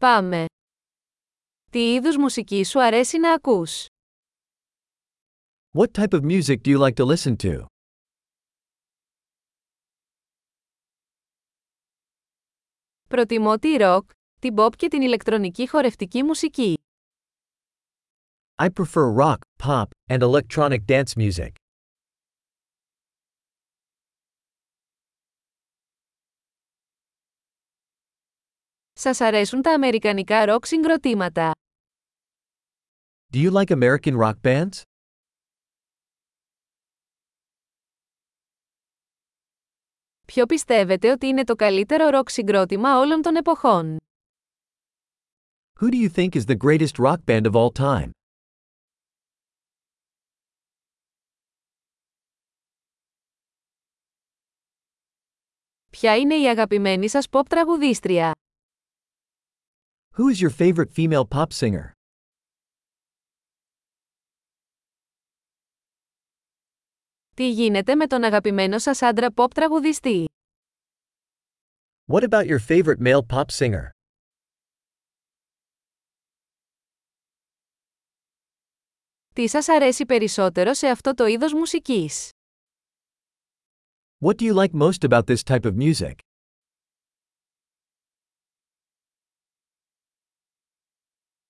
Πάμε. Τι είδους μουσική σου αρέσει να ακούς? What type of music do you like to listen to? Προτιμώ τη ροκ, την pop και την ηλεκτρονική χορευτική μουσική. I prefer rock, pop, and electronic dance music. Σας αρέσουν τα αμερικανικά ροκ συγκροτήματα. Do you like American rock bands? Ποιο πιστεύετε ότι είναι το καλύτερο ροκ συγκρότημα όλων των εποχών? Who do you think is the greatest rock band of all time? Ποια είναι η αγαπημένη σας pop τραγουδίστρια? Who is your favorite female pop singer? Τι γίνεται με τον αγαπημένο σας άντρα pop τραγουδιστή? What about your favorite male pop singer? Τι σας αρέσει περισσότερο σε αυτό το είδος μουσικής? What do you like most about this type of music?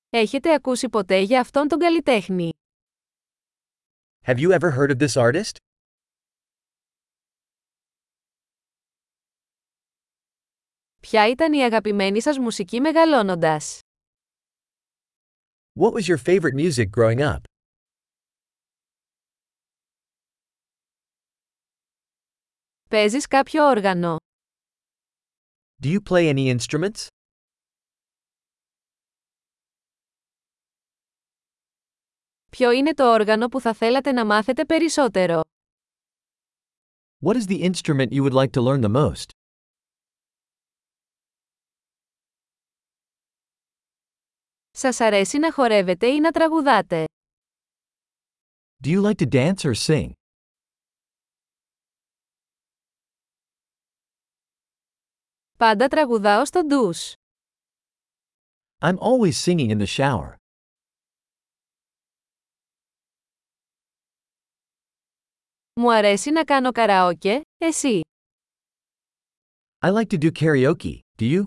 Έχετε ακούσει ποτέ για αυτόν τον καλλιτέχνη? Have you ever heard of this artist? Ποια ήταν η αγαπημένη σας μουσική μεγαλώνοντας? What was your favorite music growing up? Παίζεις κάποιο όργανο. Do you play any instruments? Ποιο είναι το όργανο που θα θέλατε να μάθετε περισσότερο? What is the instrument you would like to learn the most? Σας αρέσει να χορεύετε ή να τραγουδάτε. Do you like to dance or sing? Πάντα τραγουδάω στο ντους. I'm always singing in the shower. Μου αρέσει να κάνω καραόκε, εσύ. I like to do karaoke, do you?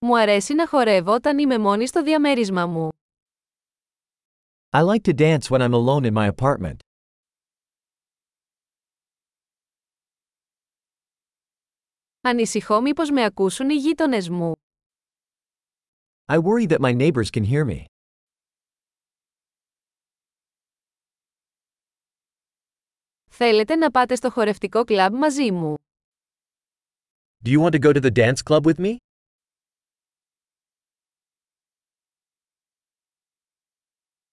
Μου αρέσει να χορεύω όταν είμαι μόνη στο διαμέρισμα μου. I like to dance when I'm alone in my apartment. Ανησυχώ μήπως με ακούσουν οι γείτονες μου. I worry that my neighbors can hear me. Θέλετε να πάτε στο χορευτικό κλαμπ μαζί μου. Do you want to go to the dance club with me?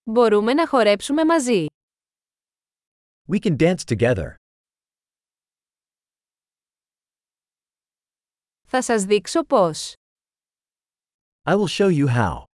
Μπορούμε να χορέψουμε μαζί. We can dance together. Θα σας δείξω πώς. I will show you how.